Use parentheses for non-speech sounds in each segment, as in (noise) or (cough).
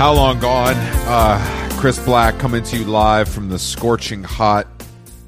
How long gone? Uh, Chris Black coming to you live from the scorching hot,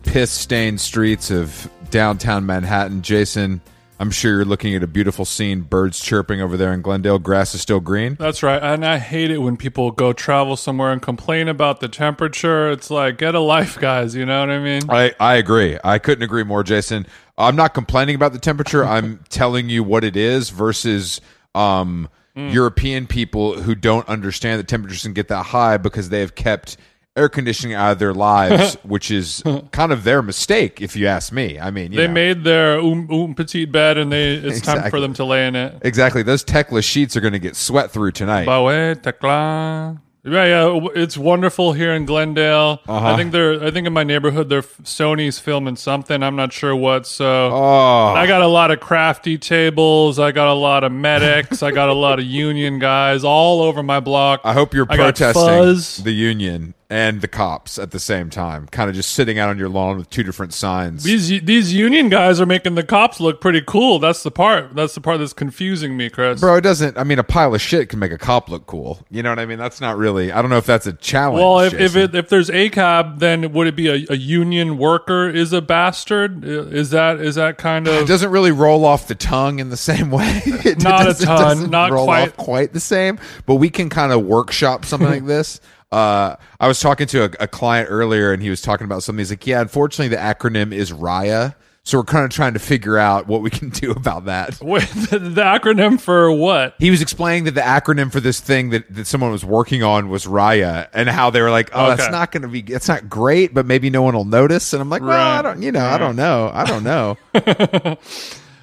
piss stained streets of downtown Manhattan. Jason, I'm sure you're looking at a beautiful scene, birds chirping over there in Glendale. Grass is still green. That's right. And I hate it when people go travel somewhere and complain about the temperature. It's like, get a life, guys. You know what I mean? I, I agree. I couldn't agree more, Jason. I'm not complaining about the temperature. (laughs) I'm telling you what it is versus um, Mm. European people who don't understand that temperatures can get that high because they have kept air conditioning out of their (laughs) lives, which is kind of their mistake, if you ask me. I mean, you They know. made their oom, oom petite bed and they it's time for Exactly. them to lay in it. exactly. Those Tekla sheets are going to get sweat through tonight. Bah ouais, tecla. Yeah, yeah, w- it's wonderful here in Glendale. Uh-huh. I think they're. I think in my neighborhood, they're Sony's filming something. I'm not sure what. So Oh, I got a lot of crafty tables. I got a lot of medics. I got a lot of union guys all over my block. (laughs) I hope you're I got fuzz. protesting the union and the cops at the same time, kind of just sitting out on your lawn with two different signs. These these union guys are making the cops look pretty cool. That's the part. That's the part that's confusing me, Chris. Bro, it doesn't. I mean, a pile of shit can make a cop look cool. You know what I mean? That's not really. I don't know if that's a challenge. well, if if, Jason. it, if there's ACAB, then would it be a, a union worker is a bastard? I- Is that is that kind It of doesn't really roll off the tongue in the (laughs) same way. It Not a doesn't- ton, doesn't not roll quite. off quite the same. But we can kind of workshop something (laughs) like this. Uh, I was talking to a, a client earlier, and he was talking about something. He's like, "Yeah, unfortunately, the acronym is RIA." So we're kind of trying to figure out what we can (laughs) do about that. Wait, the, (laughs) the acronym for what? He was explaining that the acronym for this thing that, that someone was working on was Raya, and how they were like, "Oh, Okay. that's not going to be, that's not great, but maybe no one will notice." And I'm like, "Well, Right. I don't, you know, I don't know, I don't (laughs) know."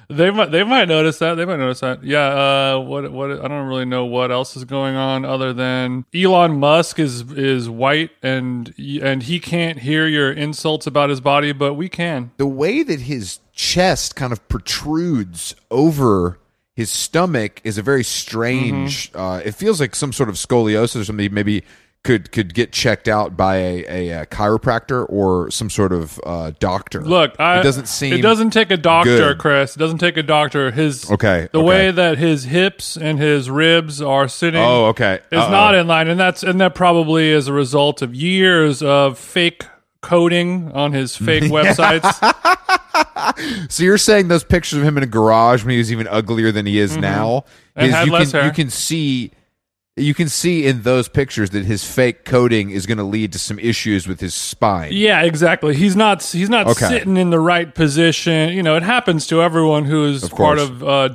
They might they might notice that they might notice that. Yeah. Uh, what what I don't really know what else is going on other than Elon Musk is is white and and he can't hear your insults about his body, but we can. the way that his chest kind of protrudes over his stomach is a very strange. Mm-hmm. Uh, it feels like some sort of scoliosis or something. that Maybe could could get checked out by a, a, uh chiropractor or some sort of uh, doctor. Look, I, it doesn't seem. It doesn't take a doctor, good. Chris. It doesn't take a doctor. His Okay, The okay. way that his hips and his ribs are sitting. Oh, okay. Is Uh-oh. not in line, and that's and that probably is a result of years of fake coding on his (laughs) fake websites. So you're saying those pictures of him in a garage when he was even uglier than he is now Mm-hmm. And is had you less can hair. you can see you can see in those pictures that his fake coding is going to lead to some issues with his spine. yeah, exactly. He's not he's not Okay. sitting in the right position. You know, it happens to everyone who is part course. of uh,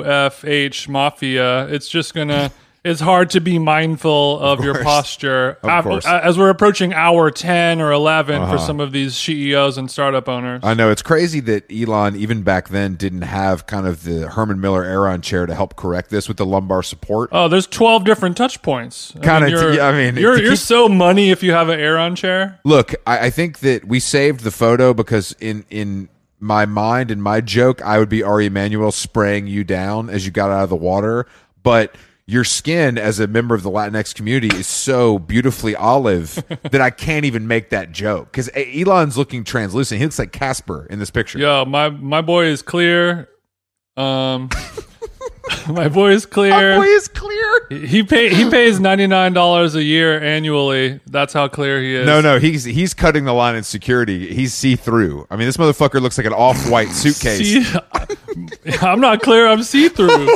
WFH mafia. It's just gonna. It's hard to be mindful of, your course. posture Of af- uh, course. Uh-huh. as we're approaching hour 10 or 11 for some of these CEOs and startup owners. I know it's crazy that Elon, even back then, didn't have kind of the Herman Miller Aeron chair to help correct this with the lumbar support. Oh, there's 12 different touch points. I mean, Kinda, you're- yeah, I mean, you're, to you're keep- so money if you have an Aeron chair. Look, I, I think that we saved the photo because in in my mind and my joke, I would be Ari Emanuel spraying you down as you got out of the water, but. Your skin as a member of the Latinx community is so beautifully (laughs) olive that I can't even make that joke because Elon's looking translucent. He looks like Casper in this picture. Yo, my my boy is clear. Um, (laughs) my boy is Oh, clear. Boy, it's clear. he pay he pays ninety nine dollars a year annually. That's how clear he is. No, no, he's he's cutting the line in security. He's see through. I mean, this motherfucker looks like an off white suitcase. (laughs) See, I'm not clear. I'm see through.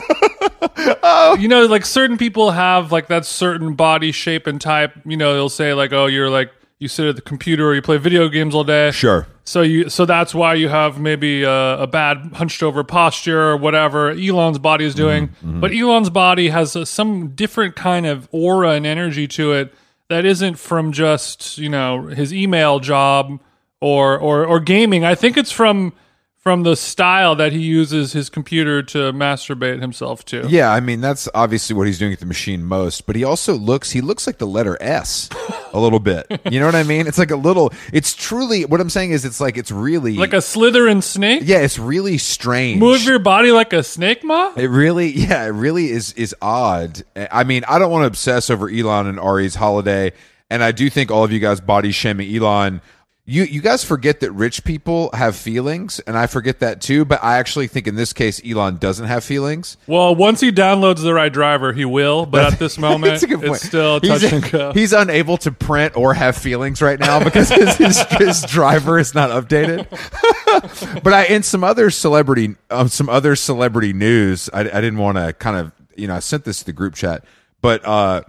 Oh. You know, like certain people have like that certain body shape and type. You know, they'll say like, "Oh, you're like you sit at the computer or you play video games all day." sure. So you so that's why you have maybe uh, a, a bad hunched over posture or whatever Elon's body is doing. Mm-hmm. But Elon's body has a, some different kind of aura and energy to it that isn't from just you know his email job or or or gaming. I think it's from from the style that he uses his computer to masturbate himself to. Yeah, I mean that's obviously what he's doing at the machine most, but he also looks he looks like the letter S a little bit. You know what I mean? It's like a little it's truly what I'm saying is it's like it's really Like a Slytherin snake, Yeah, it's really strange. move your body like a snake, ma. It really, yeah, it really is is odd. I mean, I don't want to obsess over Elon and Ari's holiday, and I do think all of you guys body shaming Elon. you you guys forget that rich people have feelings, and I forget that too. But I actually think in this case, Elon doesn't have feelings. Well, once he downloads the right driver, he will. But at this (laughs) moment, That's a good point. it's still touch he's, (laughs) and go. he's unable to print or have feelings right now because his, his, his driver is not updated. (laughs) but I in some other celebrity um, some other celebrity news. I, I didn't want to kind of you know I sent this to the group chat, but uh,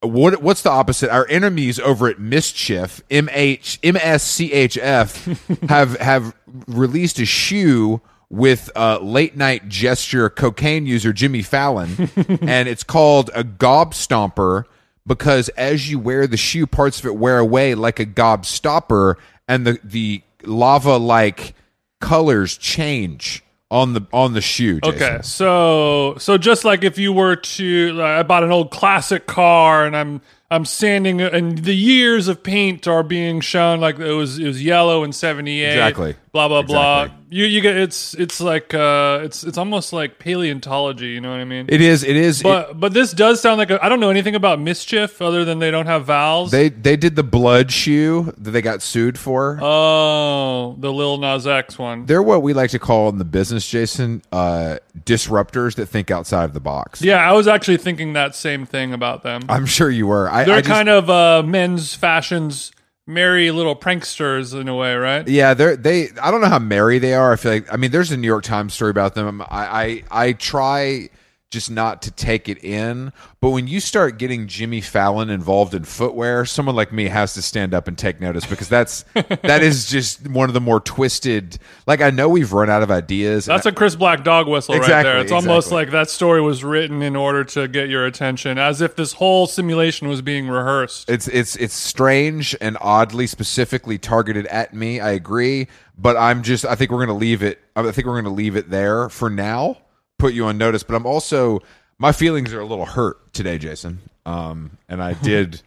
what what's the opposite? Our enemies over at Mischief M H M S C H (laughs) F have have released a shoe. With uh, late night gesture cocaine user Jimmy (laughs) Fallon, and it's called a gob stomper because as you wear the shoe, parts of it wear away like a gob stopper, and the the lava like colors change on the on the shoe. Jason. Okay, so so just like if you were to, like, I bought an old classic car, and I'm I'm sanding, and the years of paint are being shown. Like it was it was yellow in '78. Exactly. Blah blah blah. Exactly. You you get it's it's like uh it's it's almost like paleontology. You know what I mean? It is. It is. it- but but this does sound like a, I don't know anything about mischief other than they don't have vowels. they they did the blood shoe that they got sued for. oh, the Lil Nas X one. They're what we like to call in the business, Jason, uh, disruptors that think outside of the box. Yeah, I was actually thinking that same thing about them. I'm sure you were. I, They're I just- kind of uh, men's fashions, merry little pranksters in a way, right? Yeah, they're they. I don't know how merry they are. I feel like I mean, there's a New York Times story about them. I I, I try just not to take it in, but when you start getting Jimmy Fallon involved in footwear, someone like me has to stand up and take notice because that's that is just one of the more twisted. Like I know we've run out of ideas. That's a Chris Black dog whistle right Exactly, there. It's almost exactly. like that story was written in order to get your attention, as if this whole simulation was being rehearsed. It's it's it's strange and oddly specifically targeted at me. I agree, but I'm just I think we're going to leave it I think we're going to leave it there for now. Put you on notice, but I'm also my feelings are a little hurt today, Jason. Um and (laughs) I did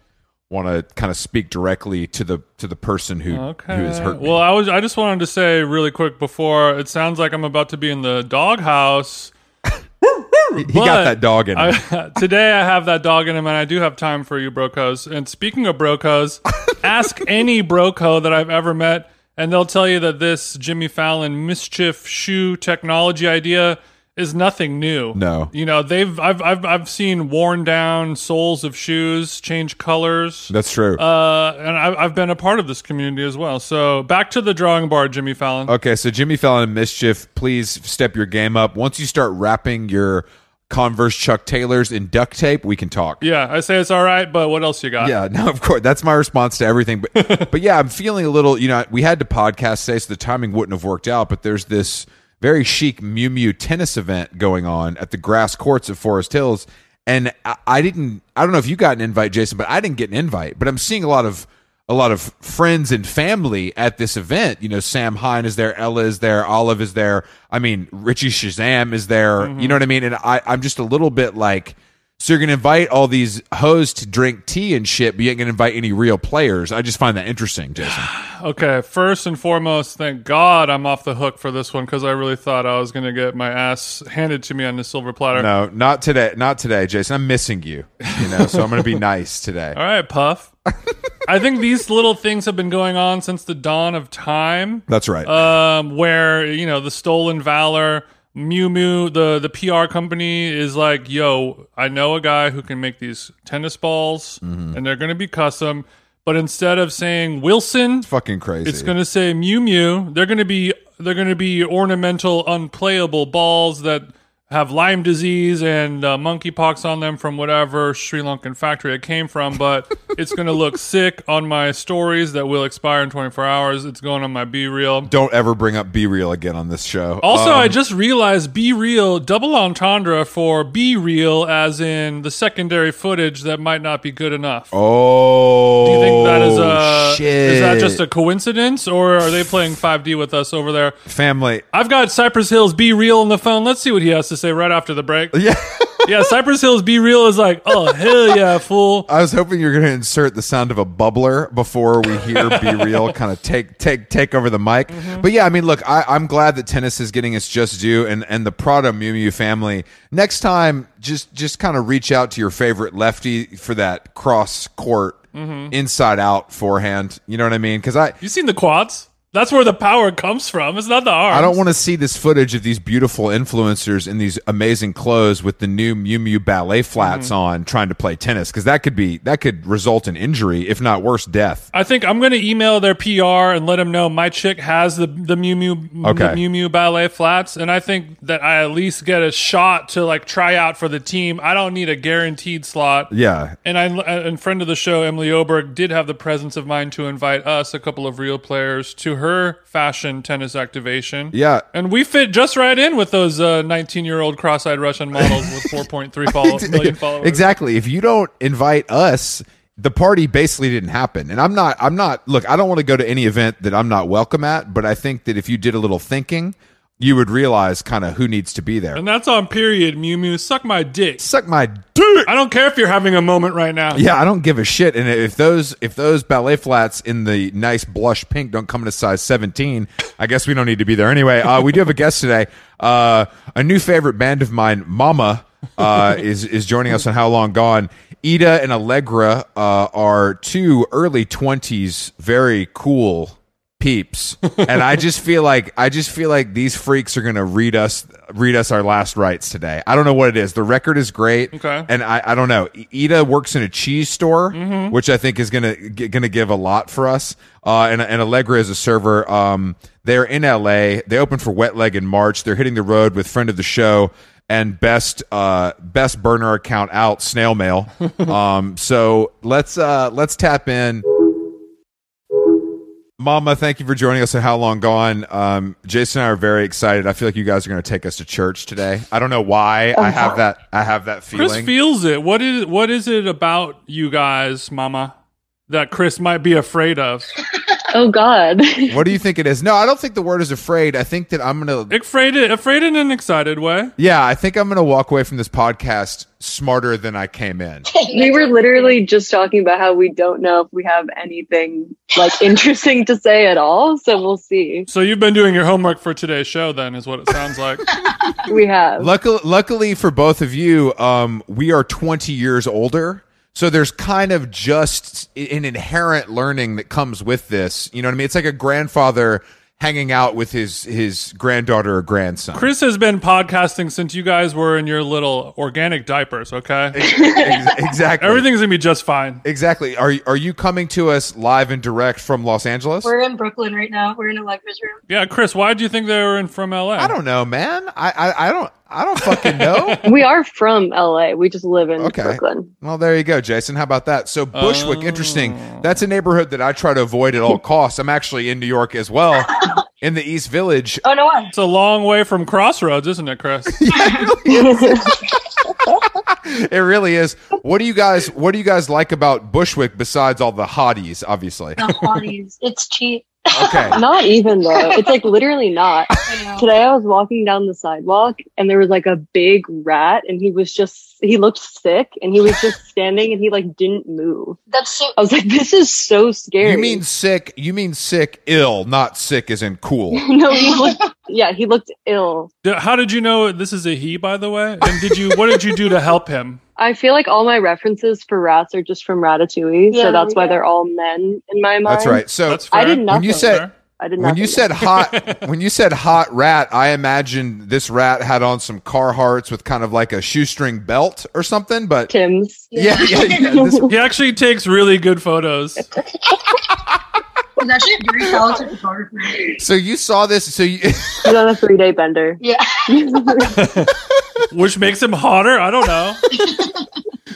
want to kind of speak directly to the to the person who Okay. who is hurt. me. Well, I was. I just wanted to say really quick before it sounds like I'm about to be in the doghouse. he got that dog in. him. I, (laughs) today I have that dog in him, and I do have time for you, brocos. And speaking of (laughs) brocos, ask any broco that I've ever met, and they'll tell you that this Jimmy Fallon mischief shoe technology idea is nothing new. No. you know they've I've I've, I've seen worn down soles of shoes change colors. That's true. Uh, and I, I've been a part of this community as well. So back to the drawing board, Jimmy Fallon. Okay, so Jimmy Fallon and Mischief, please step your game up. Once you start wrapping your Converse Chuck Taylors in duct tape, we can talk. Yeah, I say it's all right, but what else you got? Yeah, (laughs) no, of course. That's my response to everything. But but yeah, I'm feeling a little. You know, we had to podcast today, so the timing wouldn't have worked out. But there's this very chic Mew Mew tennis event going on at the grass courts of Forest Hills, and I, I didn't. I don't know if you got an invite, Jason, but I didn't get an invite. But I'm seeing a lot of a lot of friends and family at this event. You know, Sam Hine is there, Ella is there, Olive is there. I mean, Richie Shazam is there. You know what I mean? And I, I'm just a little bit like. So you're gonna invite all these hoes to drink tea and shit, but you ain't gonna invite any real players. I just find that interesting, Jason. Okay, first and foremost, thank God I'm off the hook for this one because I really thought I was going to get my ass handed to me on the silver platter. no, not today. Not today, Jason. I'm missing you. You know, so I'm gonna be (laughs) nice today. All right, Puff. I think these little things have been going on since the dawn of time, That's right. um, where, you know, the stolen valor, Mew Mew, the, the PR company is like, yo, I know a guy who can make these tennis balls and they're going to be custom. But instead of saying Wilson, Fucking crazy. It's going to say Mew Mew. They're going to be they're going to be ornamental, unplayable balls that have Lyme disease and uh, monkeypox on them from whatever Sri Lankan factory it came (laughs) from. But it's going to look sick on my stories that will expire in 24 hours. It's going on my B reel. Don't ever bring up Be Real again on this show. Also, Um, I just realized B real double entendre for B real as in the secondary footage that might not be good enough. Oh Do you think that is a shit. is that just a coincidence or are they playing 5D with us over there? family? (laughs) I've got Cypress Hills Be Real on the phone. Let's see what he has to say right after the (laughs) break. Yeah. yeah, Cypress Hills Be Real is like, oh hell yeah, fool. I was hoping you're going to insert the sound of a bubbler before we hear "Be Real" kind of take take take over the mic. But yeah, I mean, look, I, I'm glad that tennis is getting its just due, and and the Prada Mew Mew family. Next time, just just kind of reach out to your favorite lefty for that cross court inside out forehand. You know what I mean? Because I, You seen the quads? That's where the power comes from. It's not the arms. I don't want to see this footage of these beautiful influencers in these amazing clothes with the new Mew Mew ballet flats on trying to play tennis because that could be that could result in injury, if not worse, death. I think I'm going to email their PR and let them know my chick has the the Mew Mew Okay. the Mew Mew ballet flats, and I think that I at least get a shot to like try out for the team. I don't need a guaranteed slot. Yeah. And I and friend of the show Emily Oberg did have the presence of mind to invite us a couple of real players to her fashion tennis activation. Yeah. And we fit just right in with those 19 year old cross eyed Russian models (laughs) with 4.3 follow- million followers. Exactly. If you don't invite us, the party basically didn't happen. And I'm not I'm not look, I don't want to go to any event that I'm not welcome at, but I think that if you did a little thinking, you would realize kind of who needs to be there. And that's on period, Mew Mew. Suck my dick. Suck my dick. I don't care if you're having a moment right now. Yeah, I don't give a shit. And if those if those ballet flats in the nice blush pink don't come in a size seventeen, I guess we don't need to be there anyway. Uh, we do have a guest today. Uh, a new favorite band of mine, Mama, uh, is is joining us on How Long Gone. Ida and Allegra uh, are two early twenties, very cool peeps and i just feel like i just feel like these freaks are gonna read us read us our last rites today i don't know what it is the record is great Okay. and i i don't know I- ida works in a cheese store Mm-hmm. which i think is gonna g- gonna give a lot for us uh and, and allegra is a server um they're in la they open for wet leg in march they're hitting the road with friend of the show and best uh best burner account out snail (laughs) mail um so let's uh let's tap in Mama, thank you for joining us at How Long Gone. Um, Jason and I are very excited. I feel like you guys are going to take us to church today. I don't know why I have that. I have that Chris feeling. feels it. What is what is it about you guys, Mama, that Chris might be afraid of? Oh (laughs) God. what do you think it is? No, I don't think the word is afraid. I think that I'm going to. Afraid, afraid in an excited way. Yeah, I think I'm going to walk away from this podcast smarter than I came in. we were literally just talking about how we don't know if we have anything like interesting to say at all. So we'll see. So you've been doing your homework for today's show, then, is what it sounds like. We have. Luckily, luckily for both of you, um, we are 20 years older. So there's kind of just i- an inherent learning that comes with this. You know what I mean? It's like a grandfather hanging out with his his granddaughter or grandson. Chris has been podcasting since you guys were in your little organic diapers. Okay, (laughs) Ex- exactly. everything's gonna be just fine. Exactly. Are are you coming to us live and direct from Los Angeles? We're in Brooklyn right now. We're in Allegra's room. Yeah, Chris, why do you think they were in from LA? I don't know, man. I, I, I don't I don't fucking know. We are from LA. We just live in Okay. (laughs) Brooklyn. (laughs) well, there you go, Jason. How about that? So Bushwick, interesting. That's a neighborhood that I try to avoid at all costs. I'm actually in New York as well, in the East Village. Oh no, one. It's a long way from Crossroads, isn't it, Chris? (laughs) It really is. What do you guys What do you guys like about Bushwick besides all the hotties? Obviously, The hotties. it's cheap. okay. not even though. It's like literally not. I know. Today I was walking down the sidewalk and there was like a big rat and he was just he looked sick and he was (laughs) just standing and he like didn't move. That's so. I was like, this is so (laughs) scary. You mean sick? You mean sick? Ill, not sick as in cool. (laughs) no, (laughs) he looked yeah, he looked ill. D- How did you know this is a he, by the way? And did you what did you do to (laughs) help him? I feel like all my references for rats are just from Ratatouille, Yeah, so that's why yeah. they're all men in my mind. That's right. So That's fair. I did When nothing. you said- Fair. I did When nothing. you said (laughs) hot, when you said hot rat, I imagined this rat had on some Carhartts with kind of like a shoestring belt or something. But Tim's. yeah, yeah, yeah, this- he actually takes really (laughs) good photos. He's actually a very talented photographer. so you saw this. So you, (laughs) He's on a three day (laughs) bender. Yeah. Which makes him hotter? I don't know.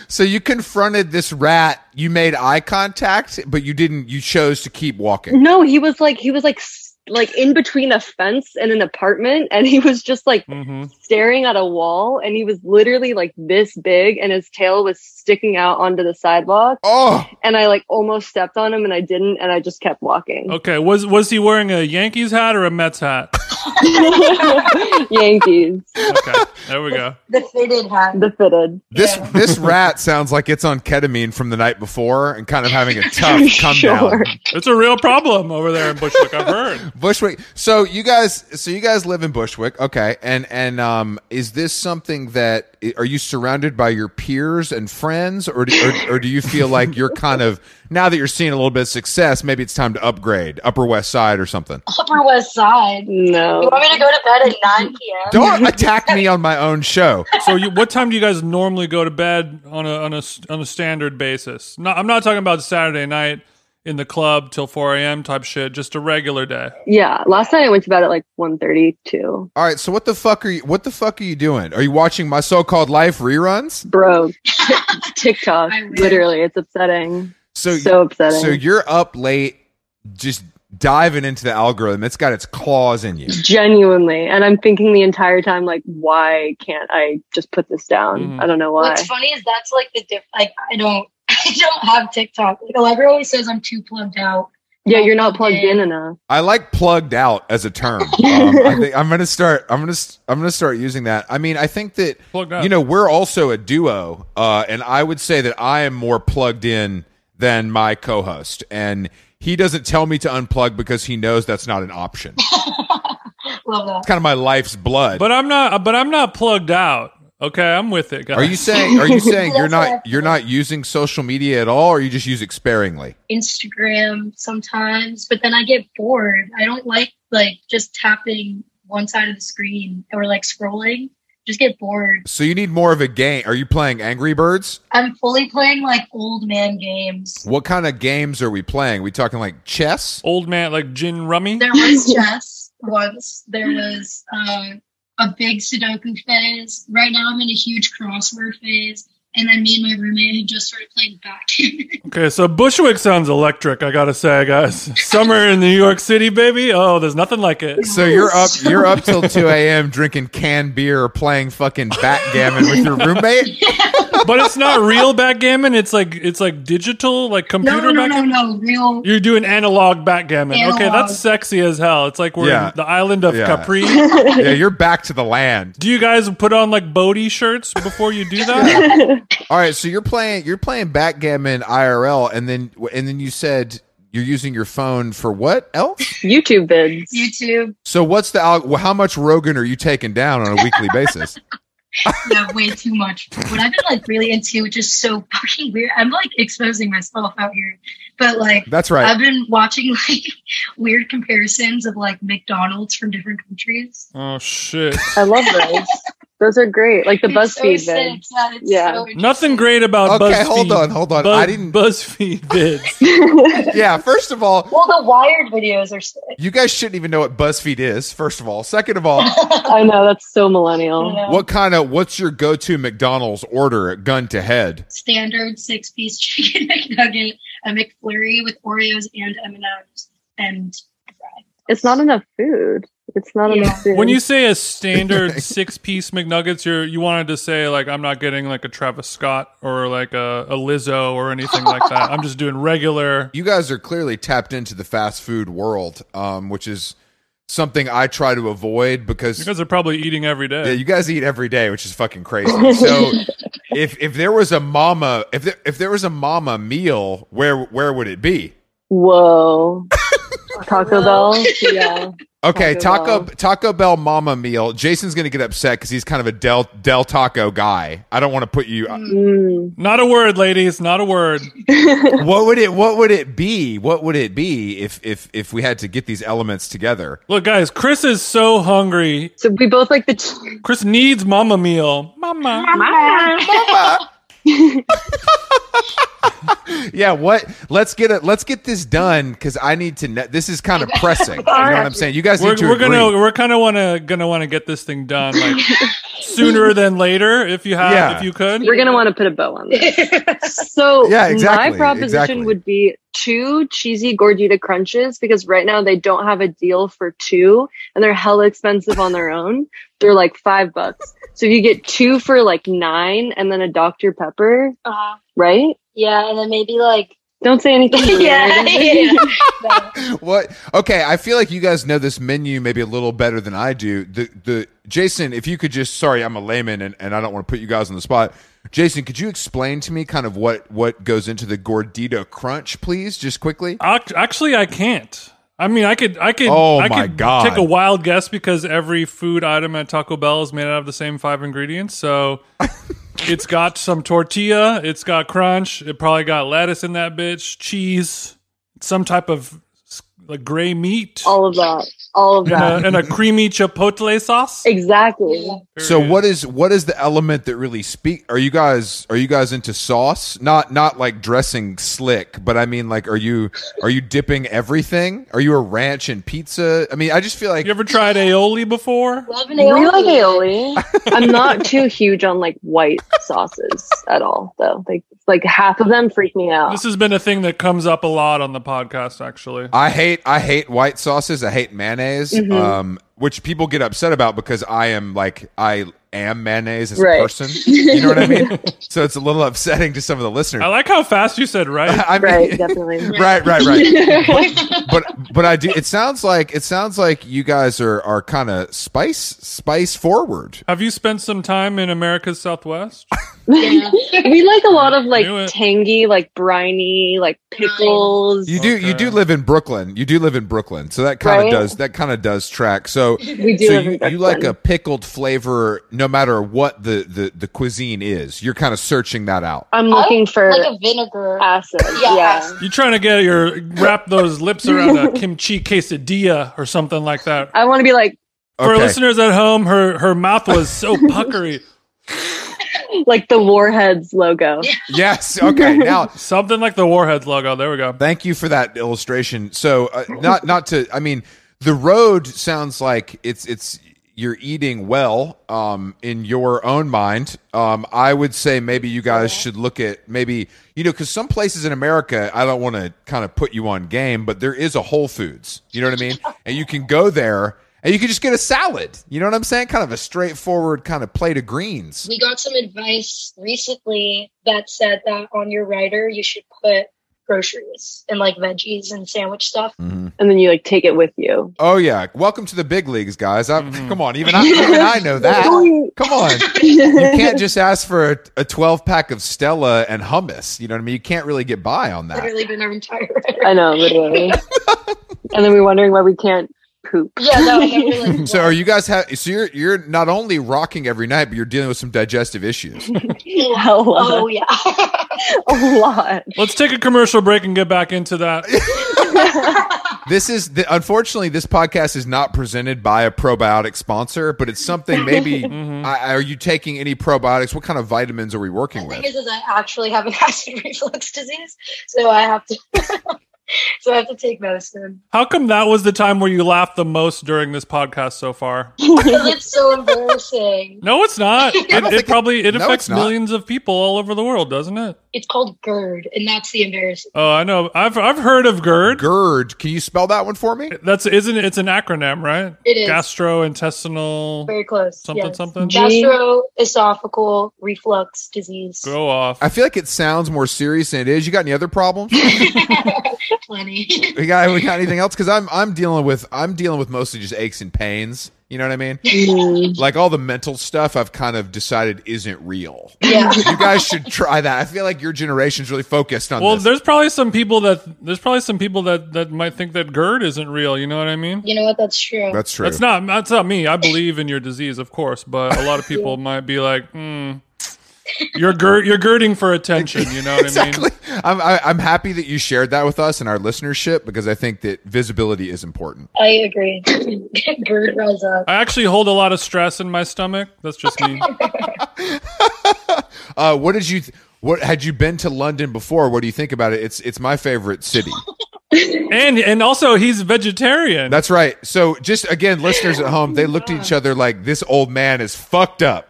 so you confronted this rat. You made eye contact, but you didn't. You chose to keep walking. no, he was like he was like s- like in between a fence and an apartment and he was just like hmm staring at a wall and he was literally like this big and his tail was sticking out onto the sidewalk Oh, and I like almost stepped on him and I didn't and I just kept walking. Okay. Was was he wearing a Yankees hat or a Mets hat? (laughs) Yankees, Okay, there we go. The fitted hat. the fitted. This Yeah. this rat sounds like it's on ketamine from the night before and kind of having (laughs) a tough come down. Sure. It's a real problem over there in Bushwick. I've heard. Bushwick. So you guys, so you guys live in Bushwick, okay? And and um, is this something that are you surrounded by your peers and friends, or do, or, or do you feel like you're kind of now that you're seeing a little bit of success, maybe it's time to upgrade Upper West Side or something? Upper West Side. You No, want me to go to bed at 9 p.m.? Don't attack me on my own show. So, you, what time do you guys normally go to bed on a on a s- on a standard basis? No, I'm not talking about Saturday night in the club till 4 a.m. type shit. Just a regular day. yeah. Last night I went to bed at like 1.32. All right, so what the fuck are you? What the fuck are you doing? Are you watching my so-called life reruns? (laughs) Bro, TikTok. I wish. Literally, it's upsetting. So So upsetting. So you're up late, just diving into the algorithm. It's got its claws in you. Genuinely, and I'm thinking the entire time, like, why can't I just put this down? Mhm. I don't know why. What's funny is that's like the diff. Like I don't, (laughs) I don't have TikTok. Like Allegra always says, I'm too plugged out. Yeah, you're not plugged in enough. I like plugged out as a term. Um, I think I'm gonna start. I'm gonna. st- I'm gonna start using that. I mean, I think that Plugged up. you know we're also a duo, uh, and I would say that I am more plugged in than my co-host, and he doesn't tell me to unplug because he knows that's not an option. It's Love that. kind of my life's blood. but I'm not. But I'm not plugged out. Okay, I'm with it, guys. are you saying? Are you saying you're That's what I not? You're not using social media at all, or you just use it sparingly? Instagram sometimes, but then I get bored. I don't like like just tapping one side of the screen or like scrolling. Just get bored. So you need more of a game. Are you playing Angry Birds? I'm fully playing like old man games. What kind of games are we playing? we talking like chess? old man like gin rummy? There was chess once. There was uh, a big Sudoku phase. Right now, I'm in a huge crossword phase. And then me and my roommate had just started playing (laughs) backgammon. Okay, so Bushwick sounds electric. I gotta say, (laughs) guys. Summer in New York City, baby. Oh, there's nothing like it. So you're up you're up till two AM drinking canned beer or playing fucking backgammon with your (laughs) roommate? But it's not real backgammon. It's like it's like digital, like no, computer no, no, backgammon. no, Real. You're doing analog backgammon. Okay, Analog. that's sexy as hell. It's like we're Yeah. in the island of Yeah. Capri. Yeah, you're back to the land. Do you guys put on like Bodhi shirts before you do that? All right, so you're playing you're playing backgammon IRL and then and then you said you're using your phone for what else? (laughs) YouTube vids. YouTube. So what's the al- how much Rogan are you taking down on a weekly basis? Yeah, way too much. What I've been like really into, which is so fucking weird. I'm like exposing myself out here. But like, That's right. I've been watching (laughs) like weird comparisons of like McDonald's from different countries. oh shit. I love (laughs) those. those are great. Like the It's so BuzzFeed sick. vids. Yeah. it's Yeah. so interesting. Nothing great about Okay, BuzzFeed. hold on, hold on. Bu- I didn't- BuzzFeed (laughs) vids. Yeah, first of all, Well, the Wired videos are sick. you guys shouldn't even know what BuzzFeed is, first of all. Second of (laughs) all, I know that's so You millennial. know, what kind of what's your go-to McDonald's order at gun to head? standard six piece chicken (laughs) McNugget, a McFlurry with Oreos and M and M's, and It's not enough food. It's not Yeah. enough food. When you say (laughs) a standard six piece McNuggets, you're you wanted to say like I'm not getting like a Travis Scott or like a, a Lizzo or anything like that. I'm just doing regular You guys are clearly tapped into the fast food world, um, which is something I try to avoid you because guys are probably eating every day. yeah, you guys eat every day, which is fucking (laughs) crazy. So if if there was a mama if there, if there was a mama meal, where where would it be? Whoa. Taco (laughs) Bell? Yeah. Okay, Taco Taco Taco, Bell mama meal. Jason's gonna get upset because he's kind of a Del Del Taco guy. I don't want to put you. uh, Mm. Not a word, ladies. Not a word. what would it What would it be? What would it be if if if we had to get these elements together? Look, guys. Chris is so hungry. So we both like the. T- Chris needs mama meal. Mama. Yeah, what? Let's get it. Let's get this done because I need to. Know, this is kind of pressing. You know what I'm saying? You guys We're, need to. we're agree. gonna we're kind of wanna gonna wanna get this thing done like sooner than later if you have Yeah. if you could. We're going to want to put a bow on (laughs) this. So Yeah, exactly, my proposition exactly. would be two cheesy gordita crunches because right now they don't have a deal for two and they're hella expensive on their own. They're like five bucks. So you get two for like nine and then a Dr. Pepper, uh, right? yeah, and then maybe like (laughs) Don't say anything. weird. yeah, yeah. No. What? Okay, I feel like you guys know this menu maybe a little better than I do. The the Jason, if you could just sorry, I'm a layman and, and I don't want to put you guys on the spot. Jason, could you explain to me kind of what what goes into the gordita crunch, please, just quickly? Ac- Actually, I can't. I mean, I could, I could, Oh I my could God. take a wild guess because every food item at Taco Bell is made out of the same five ingredients. (laughs) So it's got some tortilla, it's got crunch, it probably got lettuce in that bitch, cheese, some type of s- like gray meat, (laughs) All of that. All of and, that. a, and a creamy chipotle sauce. (laughs) Exactly. So Period. what is what is the element that really speak? Are you guys are you guys into sauce? Not not like dressing slick, but I mean like are you are you dipping everything? Are you a ranch and pizza? I mean, I just feel like You ever tried aioli before? Love an We like aioli. (laughs) aioli. I'm not too huge on like white sauces at all, though. Like, like half of them freak me out. This has been a thing that comes up a lot on the podcast, actually. I hate I hate white sauces. I hate mayonnaise, Mm-hmm. um, which people get upset about because I am like I am mayonnaise as Right. a person. You know what I (laughs) mean? so it's a little upsetting to some of the listeners. I like how fast you said right. (laughs) I mean, (laughs) right, definitely. right, right, right. but but I do. It sounds like it sounds like you guys are are kind of spice spice forward. Have you spent some time in America's Southwest? Yeah. We like a lot of Knew it. like tangy, like briny, like pickles. You do you do Okay. live in Brooklyn. You do live in Brooklyn, so that kind of Right. does that kind of does track. So we do. so have you, in you like a Brooklyn. pickled flavor, no matter what the the the cuisine is. You're kind of searching that out. I'm looking for like a vinegar. acid. Yeah, Yeah. acid. You're trying to get your wrap those lips around a kimchi quesadilla or something like that. I want to be like For Okay. listeners at home, her her mouth was so puckery, like the Warheads logo. Yeah. Yes. Okay. Now, something like the Warheads logo. There we go. thank you for that illustration. So, uh, not not to. I mean, the road sounds like it's it's you're eating well um, in your own mind. Um, I would say maybe you guys should look at maybe you know because some places in America, I don't want to kind of put you on game, but there is a Whole Foods. You know what I mean? And you can go there. And you can just get a salad. You know what I'm saying? Kind of a straightforward kind of plate of greens. We got some advice recently that said that on your rider you should put groceries and like veggies and sandwich stuff. And then you like take it with you. Mm-hmm. Oh yeah, welcome to the big leagues, guys. I, Mhm. Come on, even I, even I know that. Boing. Come on, (laughs) you can't just ask for a- a twelve pack of Stella and hummus. You know what I mean? You can't really get by on that. Literally been our entire (laughs) rider. I know, (laughs) literally. and then we're wondering why we can't poop. Yeah, no, never (laughs) (laughs) like So are you guys? Ha- so you're you're not only rocking every night, but you're dealing with some digestive issues. (laughs) Hell, Oh yeah. (laughs) a lot. Let's take a commercial break and get back into that. this is the, unfortunately this podcast is not presented by a probiotic sponsor, but it's something (laughs) maybe. Mhm. I, are you taking any probiotics? What kind of vitamins are we working The with? thing is, is I actually have an (laughs) acid reflux disease, so I have to. (laughs) so I have to take medicine. How come that was the time where you laughed the most during this podcast so far? 'Cause it's (laughs) so embarrassing. No, it's (laughs) not. It, don't it think it- probably it no, affects it's not. millions of people all over the world, doesn't it? It's called GERD, and that's the embarrassing. Oh, I know. I've I've heard of GERD. GERD. E Can you spell that one for me? That's isn't it- it's an acronym, right? It is Gastrointestinal. very close. Something, something? G- Gastroesophageral reflux disease. Go off. I feel like it sounds more serious than it is. You got any other problems? (laughs) Plenty. we got we got anything else? Because I'm I'm dealing with I'm dealing with mostly just aches and pains. You know what I mean? (laughs) Mm. Like all the mental stuff, I've kind of decided isn't real. yeah. You guys should try that. I feel like your generation's really focused on Well, this. there's probably some people that there's probably some people that that might think that GERD isn't real. You know what I mean? You know what? That's true. That's true. That's not that's not me. I believe in your disease, of course, but a lot of people might be like, mm, "You're gir- you're girding for attention." You know what (laughs) I exactly. mean? I'm I, I'm happy that you shared that with us and our listenership because I think that visibility is important. I agree. (laughs) GERD rise up. I actually hold a lot of stress in my stomach. That's just me. Uh, what did you? Th- what had you been to London before? What do you think about it? It's it's my favorite city. and and also he's vegetarian. That's right. So just again, listeners at home, they looked at each other like this old man is fucked up.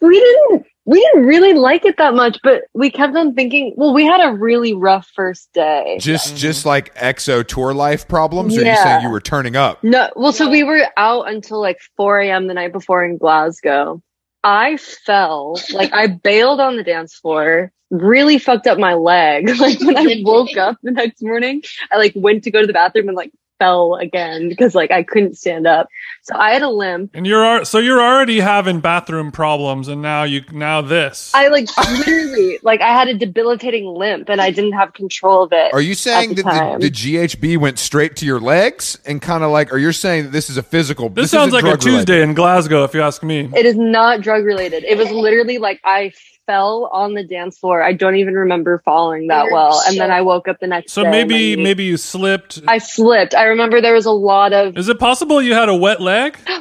We didn't we didn't really like it that much, but we kept on thinking, well, we had a really rough first day. just Mhm. just like exo tour life problems or are you Yeah. saying you were turning up No, well, so we were out until like 4 a.m. the night before in Glasgow. I fell, like I bailed on the dance floor, really fucked up my leg. (laughs) Like when I woke up the next morning, I like went to go to the bathroom and like fell again because like I couldn't stand up. So I had a limp. And you're al- so you're already having bathroom problems, and now you now this. I like (laughs) literally like I had a debilitating limp and I didn't have control of it. Are you saying at the that time. the, the GHB went straight to your legs and kind of like, or you're saying that this is a physical? this, sounds isn't like a drug-related. Tuesday in Glasgow, if you ask me. It is not drug related. It was literally like I fell on the dance floor. I don't even remember falling that You're well. And so- then I woke up the next So day. maybe my knee- maybe you slipped. I slipped. I remember there was a lot of Is it possible you had a wet leg? (laughs)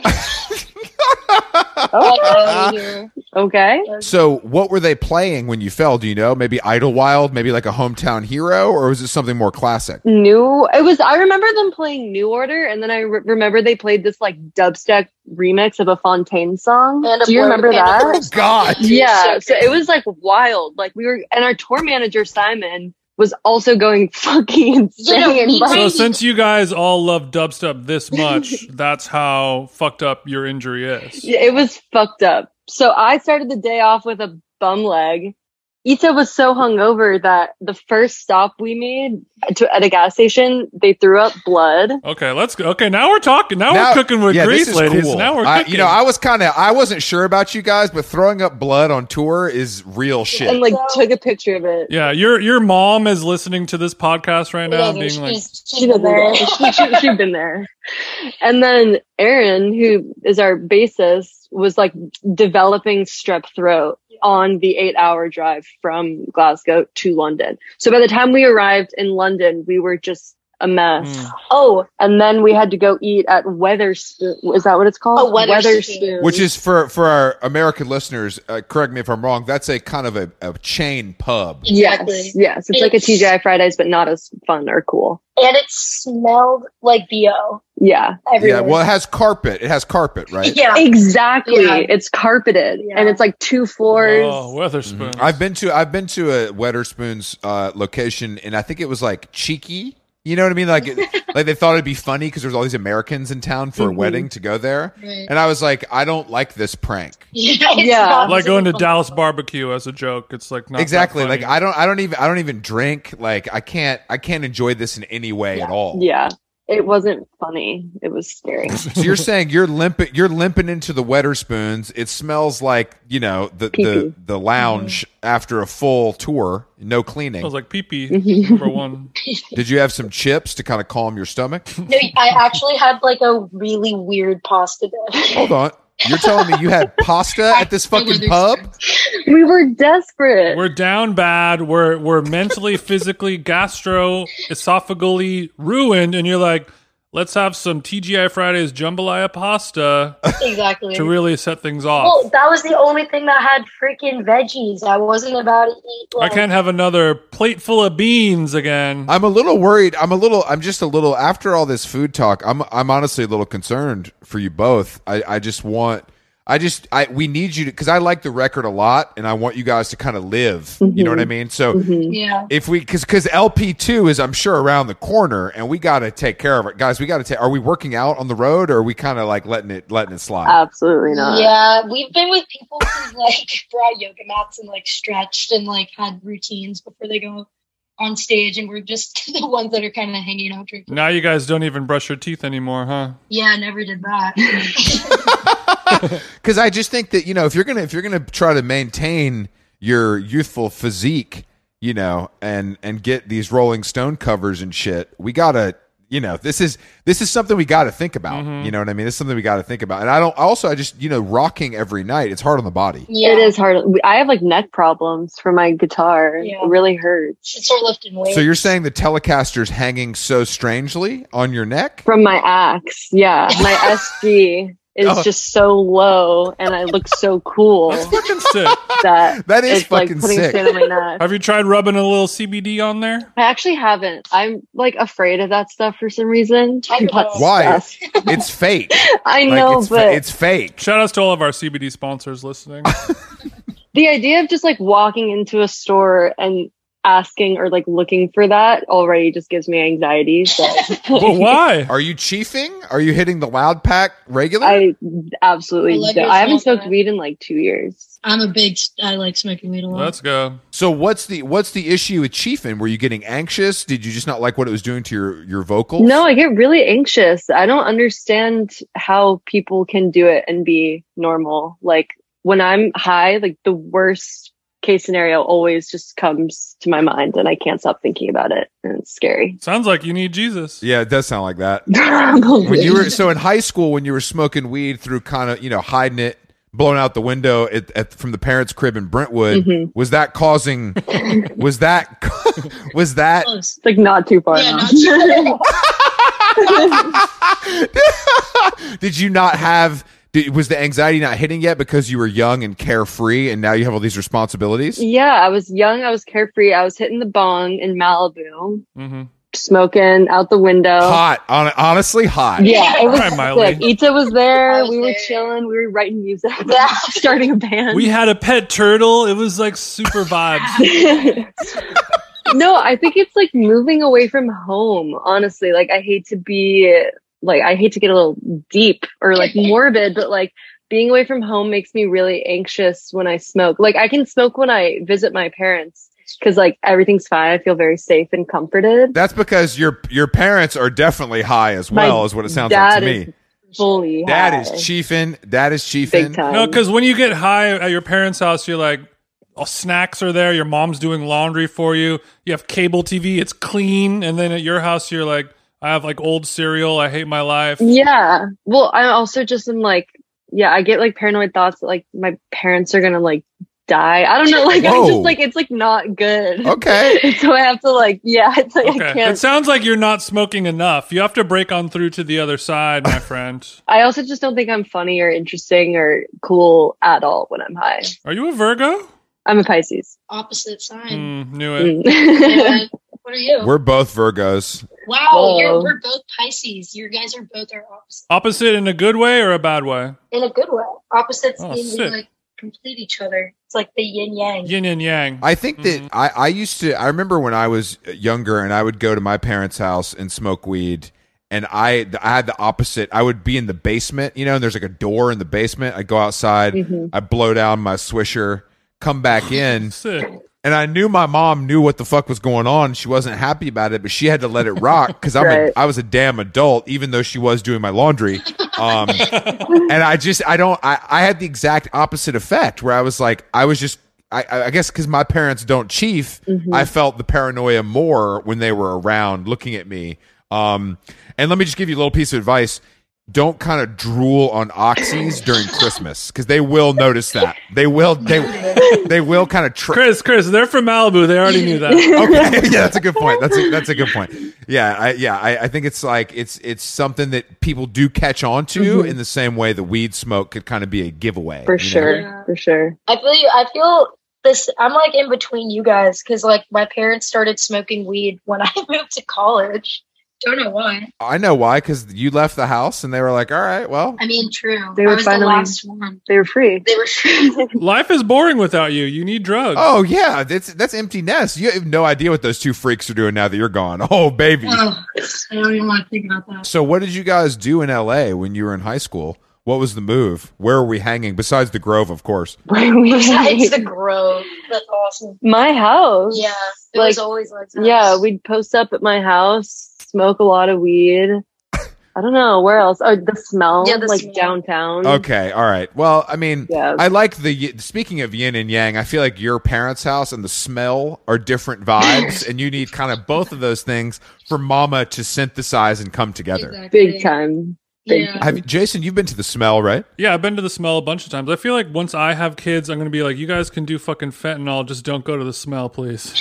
Oh, yeah. okay. So, what were they playing when you fell? Do you know? Maybe Idlewild, maybe like a hometown hero, or was it something more classic? New. It was. I remember them playing New Order, and then I re- remember they played this like dubstep remix of a Fontaine song. And a Do you blur- remember and a blur- that? God, yeah. So So it was like wild. Like we were, and our tour manager Simon was also going (laughs) fucking You know, insane. he like, So Right. since you guys all love dubstep this (laughs) much, that's how fucked up your injury is. Yeah, it was fucked up. So I started the day off with a bum leg. Issa was so hungover that the first stop we made to, at a gas station, they threw up blood. Okay, let's go. Okay, now we're talking. Now, Now- we're cooking with yeah, this grease, is ladies. cool. Now we're I- cooking. you know, I was kind of, I wasn't sure about you guys, but throwing up blood on tour is real shit. and like So- took a picture of it. yeah, your your mom is listening to this podcast right now, and being like, She doesn't know. She, she, she'd been there. And then Aaron, who is our bassist, was like developing strep throat on the eight hour drive from Glasgow to London. So by the time we arrived in London, we were just a mess. Hmm. Mm. Oh, and then we had to go eat at Weatherspoon. Is that what it's called? Oh, Wetherspoon. Which is for for our American listeners. Uh, correct me if I'm wrong. That's a kind of a, a chain pub. Yes, yes. It's like a It's- TGI Fridays, but not as fun or cool. And it smelled like BO Yeah, Yeah, well, it has carpet. It has carpet, (laughs) right? (laughs) yeah. exactly. Yeah. It's carpeted Yeah. and it's like two floors. "Oh, Weatherspoon." I've been to I've been to a Weatherspoon's uh, location, and I think it was like cheeky. You know what I mean? (laughs) Like, it- like they thought it'd be funny because there's all these Americans in town for a Mhm. wedding to go there, Right. and I was like, I don't like this prank. Yeah. it's Yeah. not like going to difficult. Dallas barbecue as a joke. It's like not that exactly. funny. Like I don't I don't even I don't even drink. Like I can't I can't enjoy this in any way at all. Yeah. It wasn't funny. It was (laughs) scary. (laughs) So you're saying you're limping you're limping into the Wetherspoons. It smells like you know the the, Pee-pee. Mm-hmm. the lounge after a full tour, no cleaning. I was like pee pee Mhm. number one. Did you have some chips to kind of calm your stomach? (laughs) No, I actually had like a really weird pasta day. Hold on. You're telling me you had pasta at this fucking pub? we were desperate. We're down bad. We're we're mentally, physically, gastro, esophagally ruined, and you're like, let's have some TGI Fridays jambalaya pasta (laughs) exactly. to really set things well, off. that was the only thing that had freaking veggies. I wasn't about to eat. I Like, can't have another plate full of beans again. I'm a little worried. I'm a little. I'm just a little. After all this food talk, I'm. I'm honestly a little concerned for you both. I. I just want. I just. I. We need you to. Because I like the record a lot, and I want you guys to kind of live. You know what I mean? So Mhm. Yeah. if we, because because LP two is, I'm sure, around the corner, and we got to take care of it, guys. We got to take. Are we working out on the road, or are we kind of like letting it letting it slide? Absolutely not. Yeah, we've been with people who like (laughs) brought yoga mats and like stretched and like had routines before they go on stage, and we're just (laughs) the ones that are kind of hanging out drinking. now you guys don't even brush your teeth anymore, huh? Yeah, I never (laughs) did that. (laughs) because I just think that you know if you're gonna if you're gonna try to maintain your youthful physique, you know, and and get these Rolling Stone covers and shit, we gotta you know this is this is something we gotta think about. You know what I mean? It's something we gotta think about. And I don't also I just you know rocking every night it's hard on the body. yeah, It is hard. I have like neck problems for my guitar. Yeah. It really hurts. Should start lifting weights. So you're saying the Telecaster's hanging so strangely on your neck? From my axe. (laughs) Yeah. My SG is Oh. just so low and I look so (laughs) cool That's fucking sick. that That is it's like fucking putting sick. sand on my neck. Have you tried rubbing a little CBD on there? I actually haven't. I'm like afraid of that stuff for some reason. I don't But know. Why? stuff. It's fake. (laughs) I Like, know, it's, fa- but it's fake. Shout outs to all of our CBD sponsors listening. the idea of just like walking into a store and asking or like looking for that already just gives me (laughs) anxiety. (laughs) So But why? Are you chiefing? Are you hitting the loud pack regular? I I absolutely love don't. your I haven't smell, smoked man. weed in like two years. I'm a big. I like smoking weed a lot. Let's go. so what's the what's the issue with chiefing? Were you getting anxious? Did you just not like what it was doing to your your vocals? No, I get really anxious. I don't understand how people can do it and be normal. Like when I'm high, like the worst case scenario always just comes to my mind and I can't stop thinking about it and it's scary. (laughs) Sounds like you need Jesus. Yeah, it does sound like that. Probably. When you were so in high school, when you were smoking weed through kind of you know hiding it, blowing out the window at, at from the parents' crib in Brentwood, Mhm. was that causing? was that (laughs) was that? (laughs) Close. It's like not too far. Yeah, now. not (laughs) too- did you not have? Did, was the anxiety not hitting yet because you were young and carefree, and now you have all these responsibilities? yeah, I was young. I was carefree. I was hitting the bong in Malibu, Mm-hmm. smoking out the window. Hot, on, honestly hot. Yeah, it was Hi, Miley. sick. Ita was there. I was we were there. chilling. We were writing music. (laughs) Yeah. starting a band. We had a pet turtle. It was like super (laughs) vibes. no, I think it's like moving away from home. Honestly, like I hate to be like I hate to get a little deep or like morbid, but like being away from home makes me really anxious when I smoke. Like I can smoke when I visit my parents because like everything's fine. I feel very safe and comforted. That's because your your parents are definitely high as My well, is what it sounds like dad to is me. Fully, That high. is chiefing. That is big chiefing. time. No, because when you get high at your parents' house, you're like, all snacks are there. Your mom's doing laundry for you. You have cable TV. It's clean. And then at your house, you're like, I have like old cereal. I hate my life. Yeah. Well, I also just am like, yeah, I get like paranoid thoughts that like my parents are gonna like die. I don't know. Like Whoa. I'm just like it's like not good. (laughs) Okay. And so I have to like, yeah, (laughs) it's like I Okay. It can't. sounds like you're not smoking enough. You have to break on through to the other side, (laughs) my friend. I also just don't think I'm funny or interesting or cool at all when I'm high. Are you a Virgo? I'm a Pisces. Opposite sign. Mm, knew it. Mm. (laughs) Yeah. What are you? We're both Virgos. wow, Whoa. you're, we're both Pisces. You guys are both our opposite Opposite in a good way or a bad way? in a good way. Opposites Oh, mean we sick. like complete each other. It's like the yin yang. Yin and yang. I think that Mhm. I, I used to. I remember when I was younger, and I would go to my parents' house and smoke weed. And I, I had the opposite. I would be in the basement, you know, and there's like a door in the basement. I go outside, Mhm. I blow down my swisher, come back in, Sick. (laughs) and I knew my mom knew what the fuck was going on. She wasn't happy about it, but she had to let it rock because I'm Right. a, I was a damn adult, even though she was doing my laundry. Um, and I just I don't I, I had the exact opposite effect where I was like I was just I- I, I guess because my parents don't chief, Mhm. (laughs) I felt the paranoia more when they were around looking at me. Um, and let me just give you a little piece of advice. Don't kind of drool on oxys during Christmas because they will notice that. They will they they will kind of trick Chris, Chris, they're from Malibu. They already knew (laughs) that. okay (laughs) yeah that's a good point that's a, that's a good point yeah i yeah I, I think it's like it's it's something that people do catch on to in the same way the weed smoke could kind of be a giveaway For you know? sure. Yeah. For sure. I feel you. I feel this. I'm like in between you guys because like my parents started smoking weed when (laughs) I moved to college. Don't know why. i know why because you left the house and they were like all right (laughs) well I mean, true. They were I was finally- the last one. They were free. They were (laughs) free. Life is boring without you. You need drugs. oh yeah that's that's empty nest you have no idea what those two freaks are doing now that you're gone (laughs) oh baby Uh-huh. oh, I don't even want to think about that. so what did you guys do in la when you were in high school what was the move where were we hanging besides the grove of course (laughs) Where we (laughs) Besides the Grove, that's awesome. my house. Yeah, it Like, was always like that. Yeah, we'd post up at my house, smoke a lot of weed. I don't know where else. Oh, the smell, Yeah, the like smell. downtown. okay all right well i mean Yeah. I like the y- speaking of yin and yang. I feel like your parents' house and the smell are different vibes, and you need kind of both of those things for Mama to synthesize and come together. big time. Big Yeah. Have you, Jason, you've been to the smell, right? Yeah, I've been to the smell a bunch of times. I feel like once I have kids, I'm going to be like, you guys can do fucking fentanyl. Just don't go to the smell, please.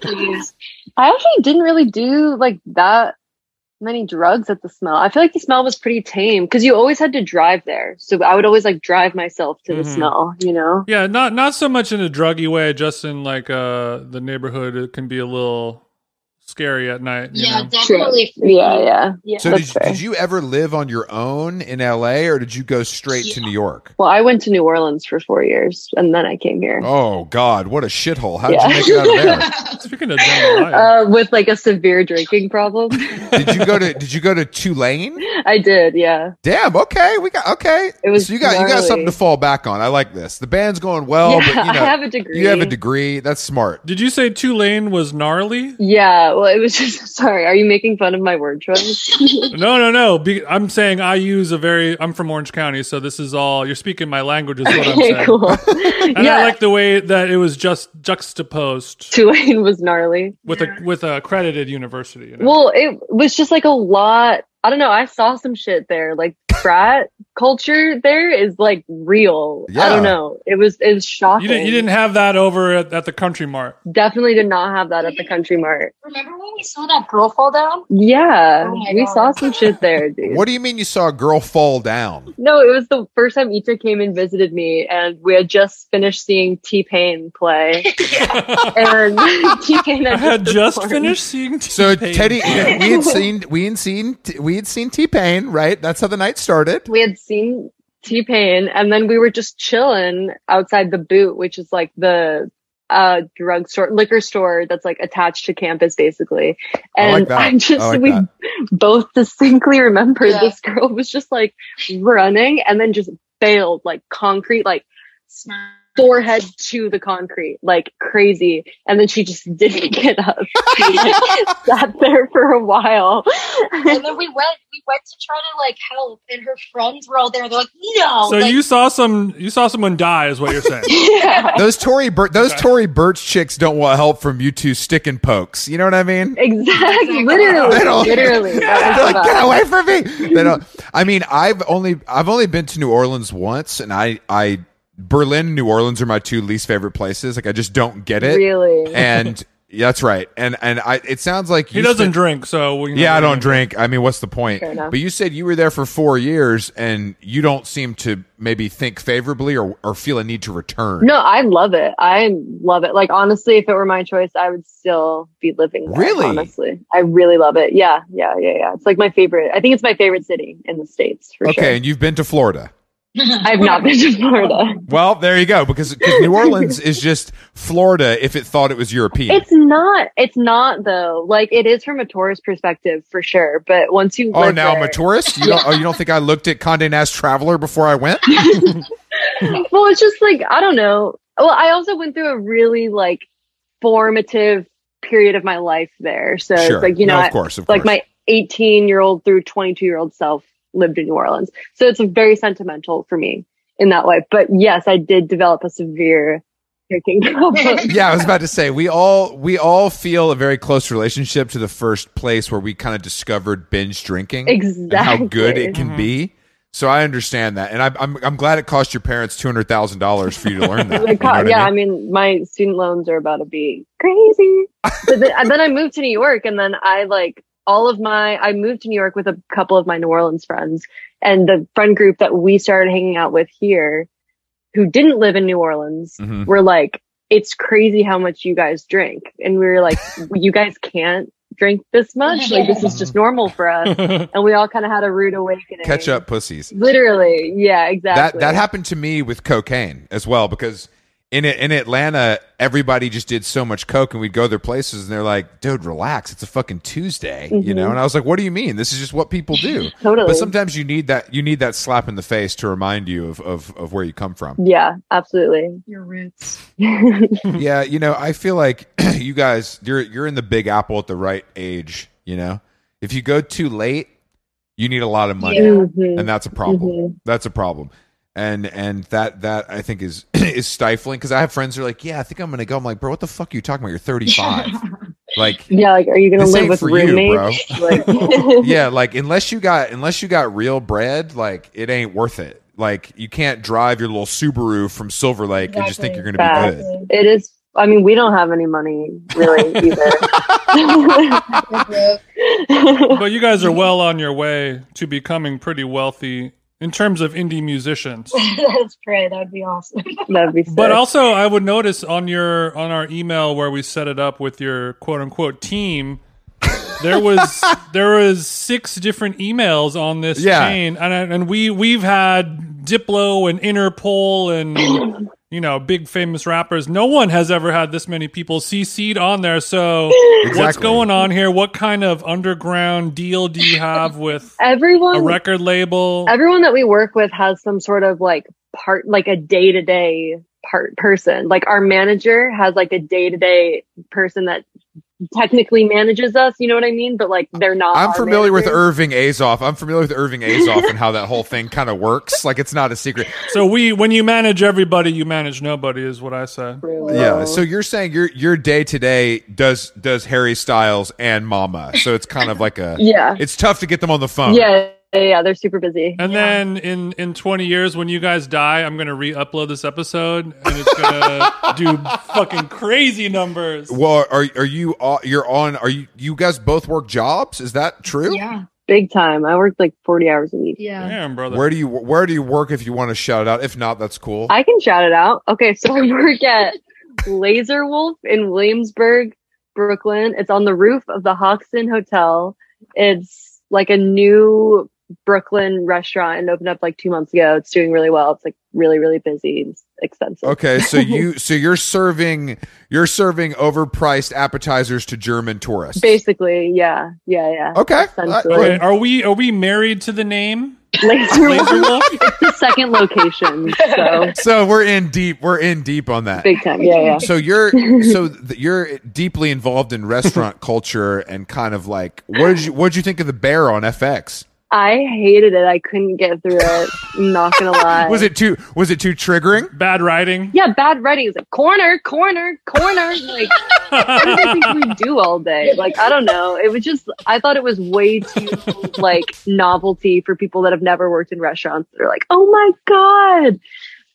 Please. I actually didn't really do like that many drugs at the smell. I feel like the smell was pretty tame because you always had to drive there. So I would always like drive myself to Mm-hmm. the Mhm. smell, you know? Yeah, not not so much in a druggy way, just in like uh, the neighborhood. It can be a little scary at night. you yeah, know? definitely. freaky. Yeah, yeah. Yeah. (laughs) So That's did, fair. did you ever live on your own in LA or did you go straight to New York? Well, I went to New Orleans for four years and then I came here. Oh God, what a shithole. How did Yeah. you make it out of there? Speaking of Oh, (laughs) jambalaya, Uh, with like a severe drinking problem. (laughs) did you go to did you go to Tulane? I did, yeah. Damn, okay. We got okay. It was so you got you got gnarly. something to fall back on. I like this. The band's going well, yeah, Oh, but you know (laughs) I have a degree. you have a degree. That's smart. did you say Tulane was gnarly? Yeah, well, it was (laughs) just sorry. Are you making fun of my word (laughs) choice? No, no, no. Be- I'm saying I use a very. I'm from Orange County, so this is all. You're speaking my language, is (laughs) what I'm saying. okay, cool. (laughs) And yeah, I like the way that it was just juxtaposed Tulane was gnarly. with a with a accredited university. You know? Well, it was just like a lot. I don't know. I saw some shit there. Like frat culture there is like real. I Yeah. don't know. It was it was shocking. you didn't you didn't have that over at, at the Country (laughs) Mart. definitely did not have that at the Country Mart. Remember when we saw that girl fall down? Yeah, Oh my we God. saw some (laughs) shit there, dude. What do you mean you saw a girl fall down? No, it was the first time Ita came and visited me, and we had just finished seeing T Pain (laughs) play, and (laughs) T Pain I had, had just performed. finished seeing. So T-Pain. (laughs) Teddy, we had seen we had seen we had seen T Pain, right? That's how the night started. we had seen T Pain, and then we were just chilling outside the boot, which is like the uh drugstore liquor store that's like attached to campus basically I like and that. i, just I like we that. both distinctly remember Yeah. this girl was just like running and then just bailed like concrete like Smart. forehead to the concrete like crazy and then she just (laughs) didn't get up she like, sat there for a while and then we went we went to try to like help and her friends were all there they're like no (laughs) So like, you saw some. You saw someone die, is what you're (laughs) saying. yeah Those Tory Bir- those Tory Birch chicks don't want help from you two stick and pokes. You know what I mean? exactly Exactly. They literally don't- (laughs) literally They're like, get That was away from me. They don't. I mean, I've only I've only been to New Orleans once, and I I Berlin, and New Orleans are my two least favorite places. Like, I just don't get about- it. really And yeah, that's right. And and I it sounds like He you doesn't spent- drink, so we- yeah, I don't drink. I mean, what's the point? Fair enough. But you said you were there for four years, and you don't seem to maybe think favorably or, or feel a need to return. no i love it i love it like honestly if it were my choice i would still be living there, Really? honestly i really love it yeah yeah yeah yeah it's like my favorite i think it's my favorite city in the states for okay, sure and you've been to Florida. i've not been to florida Well, there you go. Because 'cause New Orleans is just Florida if it thought it was European. It's not. It's not though. Like it is from a tourist perspective for sure. But once you Oh, live now I'm a there- tourist. You don't, oh, you don't think I looked at Condé Nast Traveler before I went? (laughs) well, it's just like I don't know. Well, I also went through a really like formative period of my life there. So sure, it's like you know, no, I- of course, of like course. my 18 year old through 22 year old self lived in New Orleans. So it's very sentimental for me in that way. But yes, I did develop a severe drinking (laughs) problem. yeah, I was about to say we all we all feel a very close relationship to the first place where we kind of discovered binge drinking exactly. Mm-hmm. and how good it can Mhm. be. So I understand that, and I, I'm I'm glad it cost your parents two hundred thousand dollars for you (laughs) to learn that. It You know co- what I yeah, I mean? mean? my student loans are about to be crazy. But then, and then I moved to New York, and then I like all of my. I moved to New York with a couple of my New Orleans friends, and the friend group that we started hanging out with here, who didn't live in New Orleans, Mhm. were like, "It's crazy how much you guys drink," and we (laughs) were like, "You guys can't drink this much. Like this is just normal (laughs) for us." And we all kind of had a rude awakening. catch up pussies. Literally, yeah, exactly. That that happened to me with cocaine as well because in in Atlanta everybody just did so much coke and we'd go to their places and they're like, dude, relax, it's a fucking Tuesday, you know. Mhm. And I was like, what do you mean? This is just what people do. Totally. but sometimes you need that you need that slap in the face to remind you of of, of where you come from. yeah, absolutely. your roots (laughs) yeah, you know, I feel like (clears throat) you guys you're you're in the Big Apple at the right age. You know, if you go too late, you need a lot of money. Yeah. Mhm. and that's a problem. Mhm. That's a problem. And and that that I think is (clears throat) is stifling because I have friends who are like, yeah, I think I'm gonna go. I'm like, bro, what the fuck are you talking about? You're (laughs) 35. like, Yeah, like, are you gonna This live ain't with for you, (laughs) roommates? like, (laughs) yeah, like unless you got unless you got real bread, like it ain't worth it. Like you can't drive your little Subaru from Silver Lake and just think you're gonna Exactly. be good. (laughs) it is. I mean, we don't have any money really (laughs) either. (laughs) Your (laughs) roots. but you guys are well on your way to becoming pretty wealthy in terms of indie musicians. let's pray that'd be awesome That'd be sick. But also, I would notice on your on our email where we set it up with your quote unquote team, (laughs) there was there was six different emails on this Yeah. chain, and I- and we we've had Diplo and Interpol (clears throat) and you know big famous rappers. No one has ever had this many people CC'd on there. So what's Exactly. going on here? What kind of underground deal do you have with a Everyone, record label? everyone that we work with has some sort of like part, like a day to day part person. Like our manager has like a day to day person that technically manages us. You know what I mean? But like they're not. I'm our familiar with managers. Irving Azoff. I'm familiar with Irving Azoff and how that whole thing kind of works. Like it's not a secret. so we when you manage everybody, you manage nobody, is what I say. Yeah. So you're saying your your day to day does does Harry Styles and Mama. So it's kind of like a yeah, it's tough to get them on the phone. yeah, yeah, yeah. They're super busy. And Yeah. then in in 20 years, when you guys die, I'm gonna re-upload this episode, and it's gonna do fucking crazy numbers. Well, are are you all- you're on? Are you you guys both work jobs? Is that true? Yeah. Big time. I worked like 40 hours a week. Yeah. Damn, brother. Where do you where do you work if you want to shout it out? If not, that's cool. I can shout it out. Okay, so (laughs) I work at Laser Wolf in Williamsburg, Brooklyn. It's on the roof of the Hoxton Hotel. It's like a new Brooklyn restaurant and opened up like two months ago. It's doing really well. It's like really, really busy and expensive. okay, (laughs) so you so you're serving you're serving overpriced appetizers to German tourists. Basically, yeah, yeah, yeah. okay. I- Essentially. Wait, are we are we married to the (laughs) name Laser Laser Wolf Wolf? is the (laughs) second location, so so we're in deep. We're in deep on that. big time. Yeah, yeah. so (laughs) you're so th- you're deeply involved in restaurant culture and kind of like what did you what did you think of the bear on FX? I hated it. I couldn't get through it. Not gonna (laughs) lie. Was it too was it too triggering? Bad writing. yeah, bad writing. It's like corner, corner, corner. Like, (laughs) what do you think we do all day? Like, I don't know. It was just, I thought it was way too like novelty for people that have never worked in restaurants. They're like, oh my god.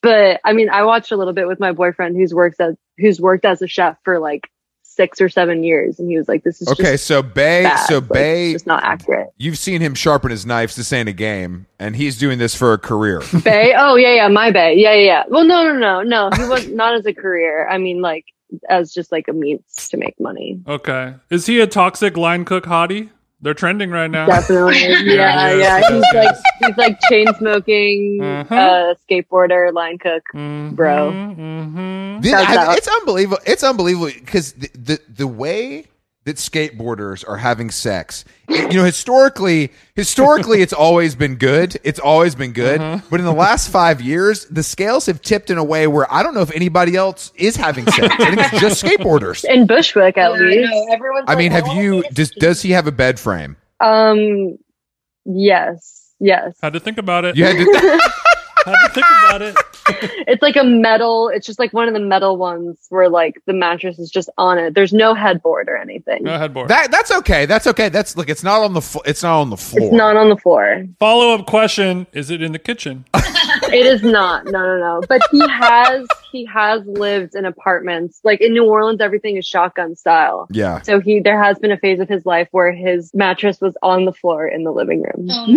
But I mean, I watched a little bit with my boyfriend who's works as who's worked as a chef for like six or seven years, and he was like, this is Okay, Just so Bay bad. so Like, it's Bay just (laughs) not accurate. you've seen him sharpen his knives. This ain't a game, and he's doing this for a career. Bay. Oh yeah, yeah, my Bay. Yeah, yeah, yeah. Well, no, no, no, no. He was (laughs) not as a career. I mean, like as just like a means to make money. Okay. Is he a toxic line cook hottie? They're trending right now. Definitely. (laughs) Yeah, he is. yeah. He He's is. like he's like chain smoking, Uh-huh. uh, skateboarder, line cook. Mhm, Bro. mhm. Yeah, Shouts I mean, out. it's unbelievable. It's unbelievable because the, the the way that skateboarders are having sex, you know, historically, historically, it's always been good. It's always been good. But in the last five years, the scales have tipped in a way where I don't know if anybody else is having sex. I think it's just skateboarders. In Bushwick Yeah, at I least. know. Everyone's I mean, like, have "Oh, you? it's Does cute." does he have a bed frame? Um yes. Yes. Had to think about it. You had to. Had to think about (laughs) it. It's like a metal it's just like one of the metal ones where like the mattress is just on it. There's no headboard or anything. No headboard. That that's okay. That's okay. That's like it's not on the fl- it's not on the floor. It's not on the floor. Follow up question: Is it in the kitchen? It is not. No, no, no. But he has he has lived in apartments. Like in New Orleans everything is shotgun style. yeah. So he there has been a phase of his life where his mattress was on the floor in the living room. Oh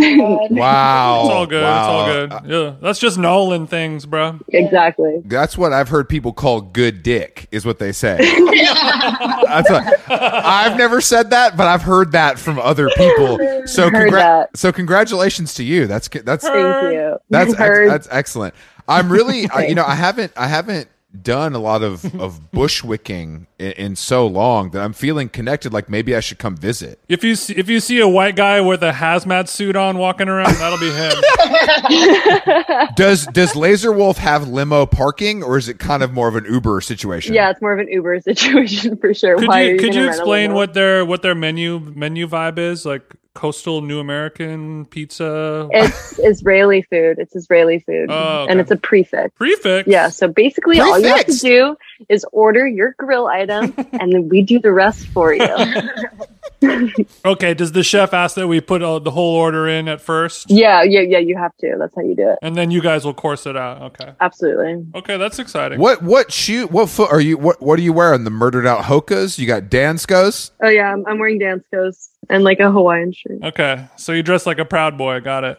(laughs) my god. Wow. It's all good. Oh, Wow. Uh, It's all good. Yeah, that's just Nolan things, bro. (laughs) exactly. That's what I've heard people call good dick, is what they (laughs) say. That's what- I've never said that, but I've heard that from other (laughs) people. So, Heard congra- that. so congratulations to you. That's good. that's Thank you. (laughs) that's ex- Heard. that's excellent. I'm (laughs) really, I, you know, I haven't I haven't done a lot of of bushwicking in, in so long that I'm feeling connected. Like maybe I should come visit. If you see, if you see a white guy with a hazmat suit on walking around, that'll be (laughs) him. (laughs) Does does Laser Wolf have limo parking, or is it kind of more of an Uber situation? yeah, it's more of an Uber (laughs) situation for sure. could Why are you could gonna you rent a explain limo? what their what their menu menu vibe is like? Coastal New American pizza (laughs) It's Israeli food. It's Israeli food, Oh, okay. and it's a prefix. prefix. Yeah, so basically all you have to Prefix. do is order your grill (laughs) item, and then we do the rest (laughs) for you. Okay. Does the chef ask that we put all, the whole order in at first, yeah, yeah, yeah. You have to. That's how you do it. and then you guys will course it out? Okay. Absolutely. Okay, that's exciting. What what shoe? What foot are you? What what are you wearing? The murdered out hokas? You got (laughs) Danskos? Oh yeah, I'm, I'm wearing Danskos and like a Hawaiian shirt. Okay, so you dress like a proud boy. Got it.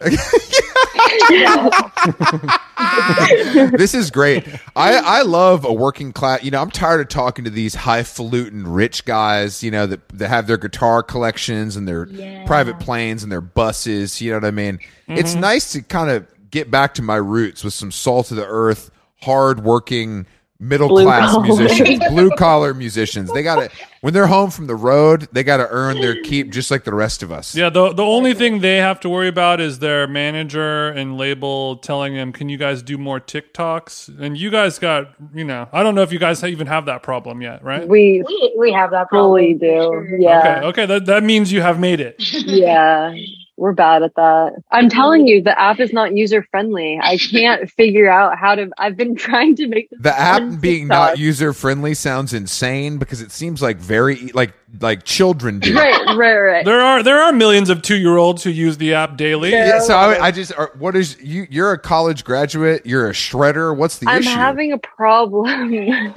this is great. I, I love a working class. You know, I'm tired of talking to these highfalutin rich guys. You know that that have their guitar collections and their private planes and their buses. You know what I mean? (laughs) It's Mm-hmm. nice to kind of get back to my roots with some salt of the earth, hardworking middle class Blue-collar. musicians, blue collar musicians. They got to when they're home from the road, they got to earn their keep just like the rest of us. Yeah, the the only thing they have to worry about is their manager and label telling them, "Can you guys do more TikToks?" And you guys got, you know, I don't know if you guys even have that problem yet, right? (laughs) We we we have that problem. fully for do. sure. Yeah. Okay, okay, that that means you have made (laughs) it. Yeah. We're bad at that. I'm telling you, the app is not user friendly. I can't figure out how to. I've been trying to make this (laughs) The on app being not TikTok. user friendly sounds insane because it seems like very like like children do. Right, right, right. There are there are millions of two year olds who use the app daily. Yeah, so I, I just are, what is you? You're a college graduate. You're a shredder. What's the I'm issue? having a problem.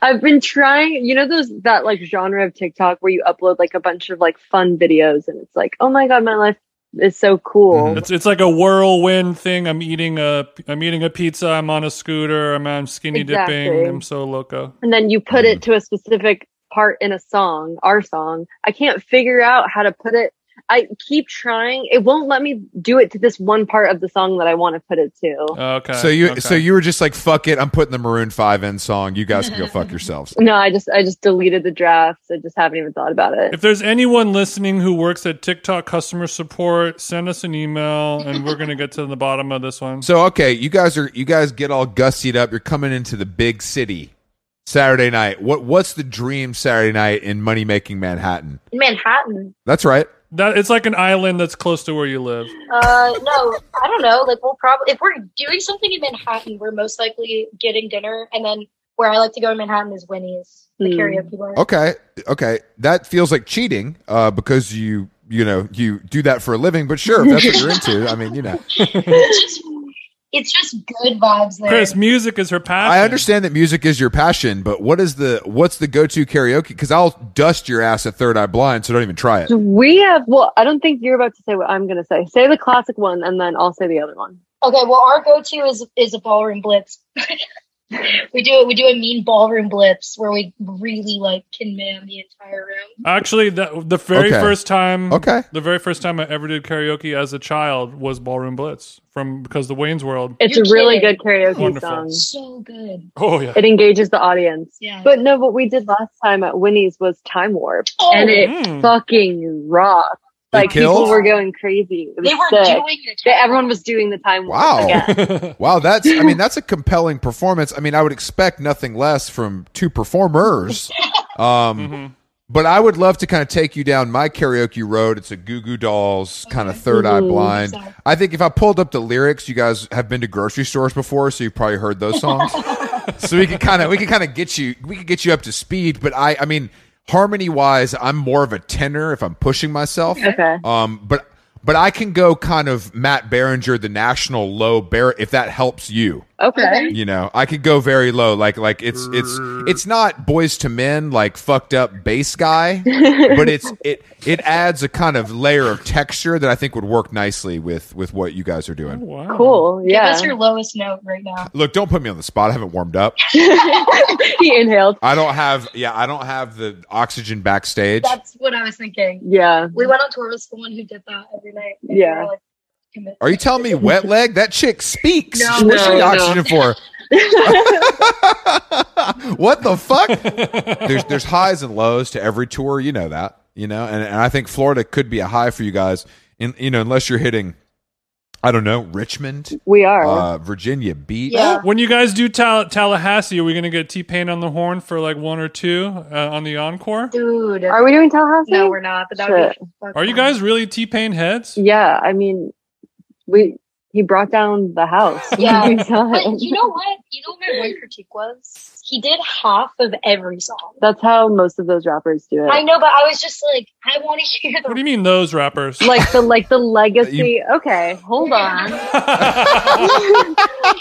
I've been trying, you know, those that like genre of TikTok where you upload like a bunch of like fun videos and it's like, oh my god, my life is so cool. It's it's like a whirlwind thing. I'm eating a I'm eating a pizza. I'm on a scooter. I'm, I'm skinny Exactly. dipping. I'm so loco. And then you put it Mm-hmm. to a specific part in a song, our song. I can't figure out how to put it. I keep trying. It won't let me do it to this one part of the song that I want to put it to. Okay. so you okay. so you were just like fuck it. I'm putting the Maroon Five in song. You guys can go (laughs) fuck yourselves. No, I just I just deleted the drafts. I just haven't even thought about it. If there's anyone listening who works at TikTok customer support, send us an email and we're going to get to the bottom of this one. So okay, you guys are you guys get all gussied up. You're coming into the big city Saturday night. What what's the dream Saturday night in money making Manhattan? Manhattan. That's right. That it's like an island that's close to where you live. Uh, no, I don't know. Like we'll probably if we're doing something in Manhattan, we're most likely getting dinner, and then where I like to go in Manhattan is Winnie's, the Hmm. karaoke bar. Okay, okay, that feels like cheating uh, because you you know you do that for a living. But sure, if that's what you're into, I mean, you know. (laughs) It's just it's just good vibes there. Chris, music is her passion. I understand that music is your passion, but what is the what's the go to karaoke? Because I'll dust your ass at Third Eye Blind, so don't even try it. So we have well, I don't think you're about to say what I'm gonna say. Say the classic one and then I'll say the other one. Okay, well, our go-to is is a ballroom blitz. (laughs) we do we do a mean ballroom blitz where we really like can man the entire room. Actually, that the very Okay. first time, Okay, the very first time I ever did karaoke as a child was Ballroom Blitz from because the Wayne's World. It's You're a really kidding. good karaoke Wonderful. song. So good. Oh (laughs) yeah. It engages the audience. Yeah. But no, what we did last time at Winnie's was Time Warp, Oh, and it Mm. fucking rocked. Hmm. They Like killed? people were going crazy. It was they were sick. doing it. They- everyone was doing the Time Warp. Wow. again. (laughs) wow, that's I mean that's a compelling performance. I mean, I would expect nothing less from two performers. Um, Mhm. But I would love to kind of take you down my karaoke road. It's a Goo Goo Dolls kind of Third Eye Ooh. Blind. I think if I pulled up the lyrics, you guys have been to grocery stores before, so you've probably heard those songs. so we could kind of we could kind of get you we could get you up to speed. But I I mean harmony wise, I'm more of a tenor if I'm pushing myself. Okay. Um, but but I can go kind of Matt Berenger, the national low bear, if that helps you. Okay. You know, I could go very low, like like it's it's it's not boys to men, like fucked up bass (laughs) guy, but it's it it adds a kind of layer of texture that I think would work nicely with with what you guys are doing. Wow. Cool. Give Yeah. us your lowest note right now. Look, don't put me on the spot. I haven't warmed up. (laughs) he inhaled. I don't have yeah, I don't have the oxygen backstage. That's what I was thinking. Yeah. We went on tour with someone who did that every night. and we Yeah. were like, commit- Are you telling me wet leg? That chick speaks. No, What's no, the no. oxygen (laughs) for? (laughs) what the fuck? There's there's highs and lows to every tour, you know that. You know, and, and I think Florida could be a high for you guys. In you know, unless you're hitting I don't know, Richmond, We are. uh, Virginia Beach. Yeah. (laughs) When you guys do Tal- Tallahassee, are we going to get T Pain on the horn for like one or two uh, on the encore? Dude. are we doing Tallahassee? no, we're not. But that would Shit. be fucking Are you guys really T Pain heads? Yeah. I mean, we. He brought down the house. (laughs) Yeah. Big time. But you know what? You know what my one critique was? he did half of every song. That's how most of those rappers do it. I know, but I was just like, I want to hear the. What do you mean those rappers? like the like the legacy. okay, hold on. (laughs)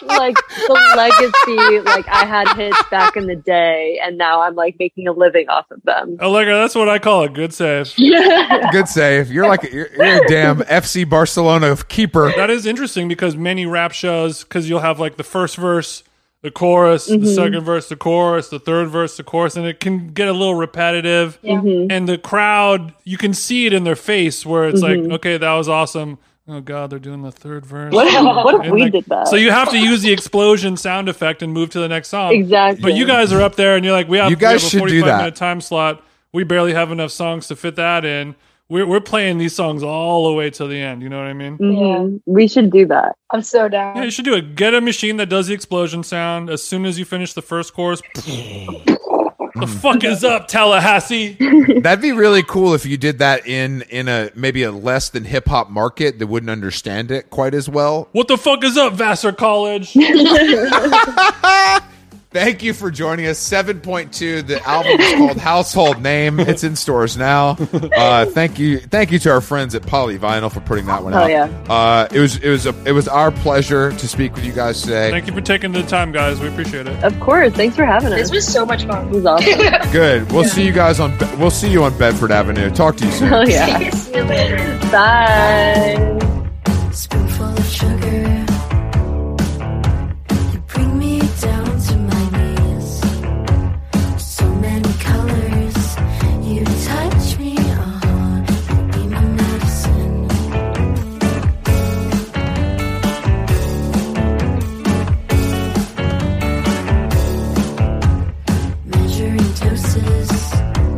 like the legacy. Like I had hits back in the day, and now I'm like making a living off of them. (laughs) Allegra, that's what I call a good save. (laughs) Yeah, (laughs) Good save. You're like you're, you're a damn FC Barcelona keeper. That is interesting because many rap shows, because you'll have like the first verse, the chorus, the Mhm. second verse, the chorus, the third verse, the chorus, and it can get a little repetitive. Yeah. Mhm. And the crowd, you can see it in their face where it's Mhm. like, okay, that was awesome. Oh God, they're doing the third verse. What (laughs) if, what if And, we like, did that? So you have to use the explosion sound effect and move to the next song. exactly. But you guys are up there, and you're like, we have, You guys we should have a do 45 that. minute time slot. We barely have enough songs to fit that in. We're, we're playing these songs all the way till the end. You know what I mean? Mhm. We should do that. I'm so Yeah, down. you should do it. Get a machine that does the explosion sound as soon as you finish the first chorus. (laughs) the fuck is up, Tallahassee? That'd be really cool if you did that in in a maybe a less than hip hop market that wouldn't understand it quite as well. What the fuck is up, Vassar College? Thank you for joining us. 7.2. The album is called Household Name. It's in stores now. Uh, thank you. Thank you to our friends at Polyvinyl for putting that one Oh, out. yeah. Uh, it was it was a, it was our pleasure to speak with you guys today. Thank you for taking the time, guys. We appreciate it. Of course. Thanks for having us. This was so much This fun. was awesome. Good. We'll see you guys on Be- we'll see you on Bedford Avenue. Talk to you soon. (laughs) (laughs) oh (laughs) yeah. See you later. Bye. Spoonful of sugar. You bring me down to my knees. So many colors. You touch me on. Be my medicine. Measuring doses. uh-huh. uh-huh. uh-huh.